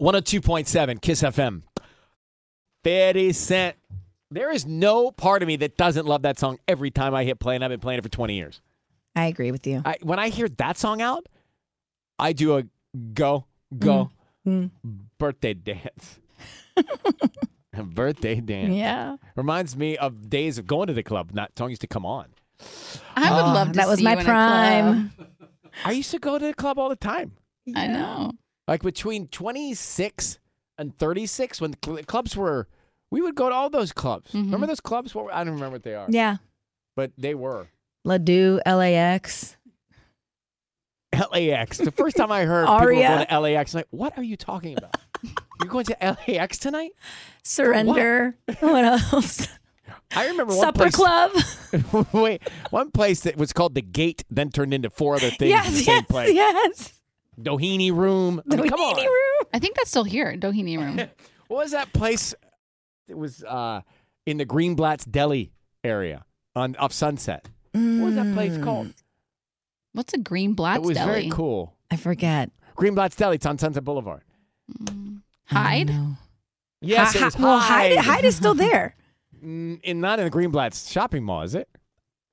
102.7 Kiss FM. 50 Cent. There is no part of me that doesn't love that song every time I hit play, and I've been playing it for 20 years. I agree with you. I, when I hear that song out, I do a go, go, Mm. birthday dance. A birthday dance. Yeah. Reminds me of days of going to the club. Not song used to come on. I would Uh, love to that was see my you in a prime. club. I used to go to the club all the time. I know. Like between 26 and 36, when the cl- clubs were, we would go to all those clubs. Remember those clubs? What were- I don't remember what they are. Yeah. But they were. Ledoux, LAX. LAX. The first time I heard Aria. people were going to LAX, I'm like, what are you talking about? You're going to LAX tonight? Surrender. What else? I remember one Supper place, Club. wait, one place that was called the Gate, then turned into four other things in the yes, same yes, place. yes. Doheny Room. I mean, come on. Doheny room. I think that's still here, Doheny Room. What was that place? It was uh, in the Greenblatt's Deli area on off Sunset. What was that place Mm, called? What's a green It Blatt's was deli? very cool. I forget. Greenblatt's Deli. It's on Sunset Boulevard. Mm. I Hide? don't know. Yes, it Hi- was hi- well, Hyde, Hyde. Hyde is still there, Mm, in- not in the Greenblatt's shopping mall, is it?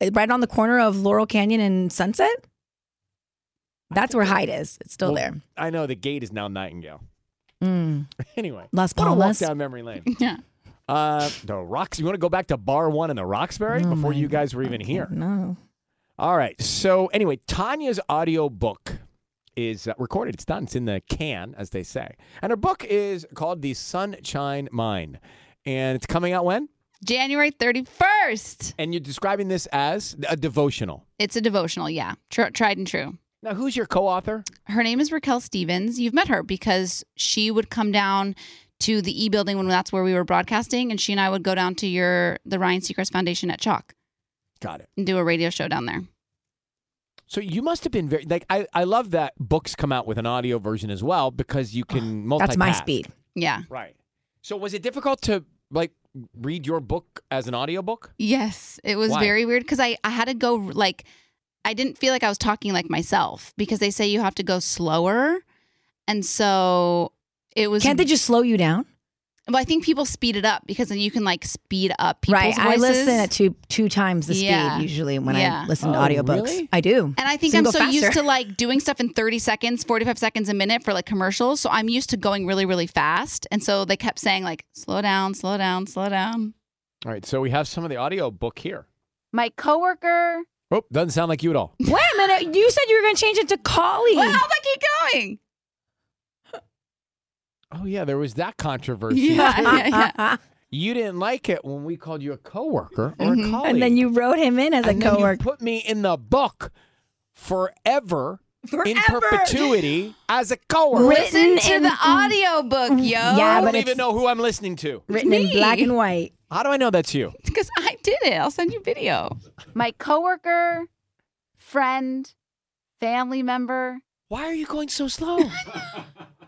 Eh, right on the corner of Laurel Canyon and Sunset. That's where Hyde is. It's still Well, there. I know the gate is now Nightingale. Mm. Anyway, Las what a walk Palmas. down memory lane. Yeah. Uh, the rocks. You want to go back to Bar One in the Roxbury Oh before my you guys were even fucking here? No. All right. So anyway, Tanya's audio book is uh, recorded. It's done. It's in the can, as they say. And her book is called The Sunshine Mine, and it's coming out when? January 31st. And you're describing this as a devotional. It's a devotional, yeah. Tr- tried and true. Now, who's your co-author? Her name is Raquel Stevens. You've met her because she would come down to the E building when that's where we were broadcasting, and she and I would go down to your the Ryan Seacrest Foundation at Chalk Got it. and do a radio show down there. So you must have been very like I, I love that books come out with an audio version as well because you can multitask. That's my speed. Yeah. Right. So was it difficult to like read your book as an audiobook? Yes, it was Why? very weird because I, I had to go like I didn't feel like I was talking like myself because they say you have to go slower, and so it was. Can't they just slow you down? Well, I think people speed it up because then you can like speed up people's Right. I voices. listen at two two times the Yeah. speed usually when Yeah. I listen to Oh, audiobooks. really? I do. and I think So you I'm go so used faster. to like doing stuff in 30 seconds, 45 seconds a minute for like commercials. So I'm used to going really, really fast. And so they kept saying like, slow down, slow down, slow down. All right. So we have some of the audio book here. My coworker. Oh, doesn't sound like you at all. Wait a minute. You said you were going to change it to Collie. Well, how'd that keep going? Oh yeah, there was that controversy. Yeah, too. yeah, yeah. You didn't like it when we called you a coworker or a Mm-hmm. Mhm. colleague. And then you wrote him in as a And then you coworker. put me in the book forever, in Forever. perpetuity as a coworker. Listen to the mm. audio book, yo. I don't even know who I'm listening to. written in black and white. How do I know that's you? Because I did it. I'll send you video. My coworker, friend, family member. Why are you going so slow?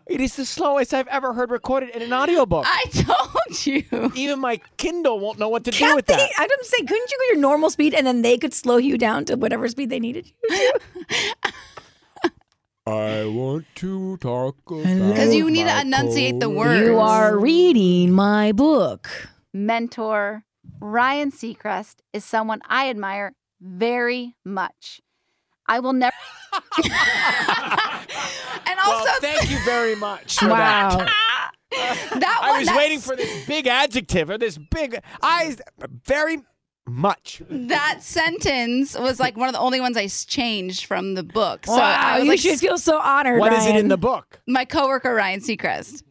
It is the slowest I've ever heard recorded in an audiobook. I told you. Even my Kindle won't know what to do Can't with they- that. I'm just saying, couldn't you go your normal speed and then they could slow you down to whatever speed they needed you to? I want to talk about Because you need to enunciate Oh. the words. You are reading my book. mentor Ryan Seacrest is someone I admire very much. I will never. and also, Well, thank you very much for Wow. that. that one. I was that- waiting for this big adjective or this big I very much. That sentence was like one of the only ones I s- changed from the book. So wow, I was you like, should feel so honored. What is it in Ryan. the book? my coworker Ryan Seacrest.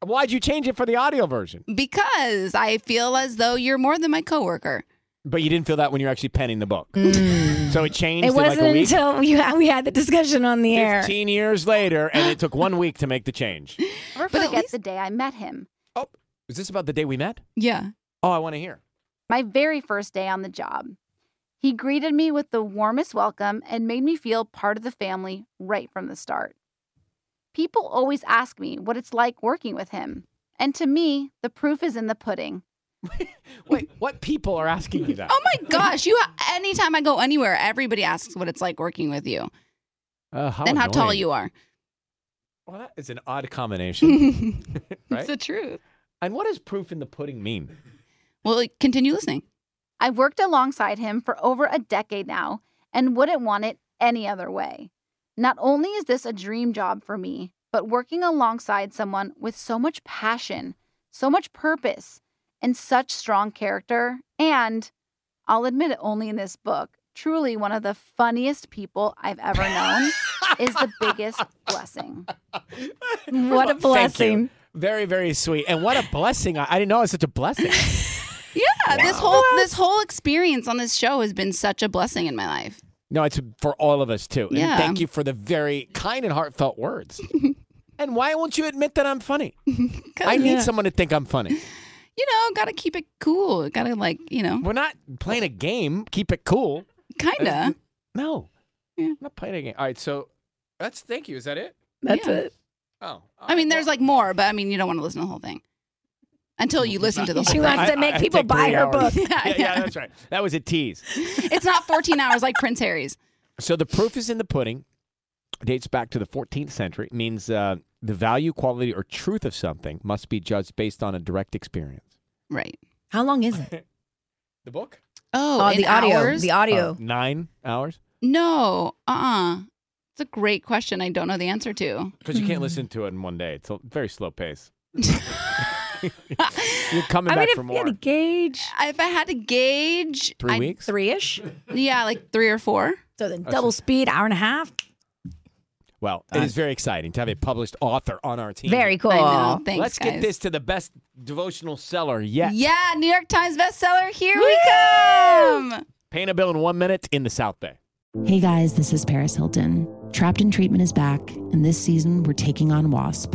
Why'd you change it for the audio version? Because I feel as though you're more than my coworker. Mm. But you didn't feel that when you were actually penning the book. So it changed It in like wasn't a week. until we had, we had the discussion on the air. 15 years later, and it took one week to make the change. Never forget the day I met him. Oh, Is this about the day we met? Yeah. Oh, I want to hear. My very first day on the job. He greeted me with the warmest welcome and made me feel part of the family right from the start. People always ask me what it's like working with him. And to me, the proof is in the pudding. Wait, what people are asking you that? Oh my gosh, you ha- anytime I go anywhere, everybody asks what it's like working with you Uh, how and how tall annoying. you are. Well, that is an odd combination. right? It's the truth. and what does proof in the pudding mean? Well, continue listening. I've worked alongside him for over a decade now and wouldn't want it any other way. Not only is this a dream job for me, but working alongside someone with so much passion, so much purpose, and such strong character, and I'll admit it only in this book, truly one of the funniest people I've ever known is the biggest blessing. What a Well, thank you. blessing. Very, very sweet. And what a blessing. I, I didn't know it was such a blessing. Yeah, this whole this whole experience on this show has been such a blessing in my life. No, it's for all of us too. And Yeah. thank you for the very kind and heartfelt words. and why won't you admit that I'm funny? I need Yeah. someone to think I'm funny. You know, got to keep it cool. Got to like, you know, We're not playing a game. Keep it cool. kind of. No. I'm not playing a game. All right, so that's thank you. Is that it? That's Yeah. it. Oh. I mean, there's like more, but I mean, you don't want to listen to the whole thing until you listen to the whole She thing. wants to make people take buy three her hours. book. yeah, yeah, that's right. That was a tease. it's not 14 hours like Prince Harry's. So the proof is in the pudding. Dates back to the 14th century. It means uh, the value, quality, or truth of something must be judged based on a direct experience. Right. How long is it? The book? Oh, Oh, in the audio. hours? The audio. Uh, nine hours. No. Uh uh It's a great question I don't know the answer to. Hmm. Because you can't listen to it in one day. It's a very slow pace. You're coming I mean, back if for you had more. to gauge If I had to gauge. Three I- weeks? three ish, Yeah, like three or four. so then That's double it. speed, hour and a half. Well, it is very exciting to have a published author on our team. Very cool. I know. Thanks, Let's get guys. this to the best devotional seller yet. Yeah, New York Times bestseller. Here we come. Paint a bill in one minute in the South Bay. Hey guys, this is Paris Hilton. Trapped in Treatment is back, and this season we're taking on WASP,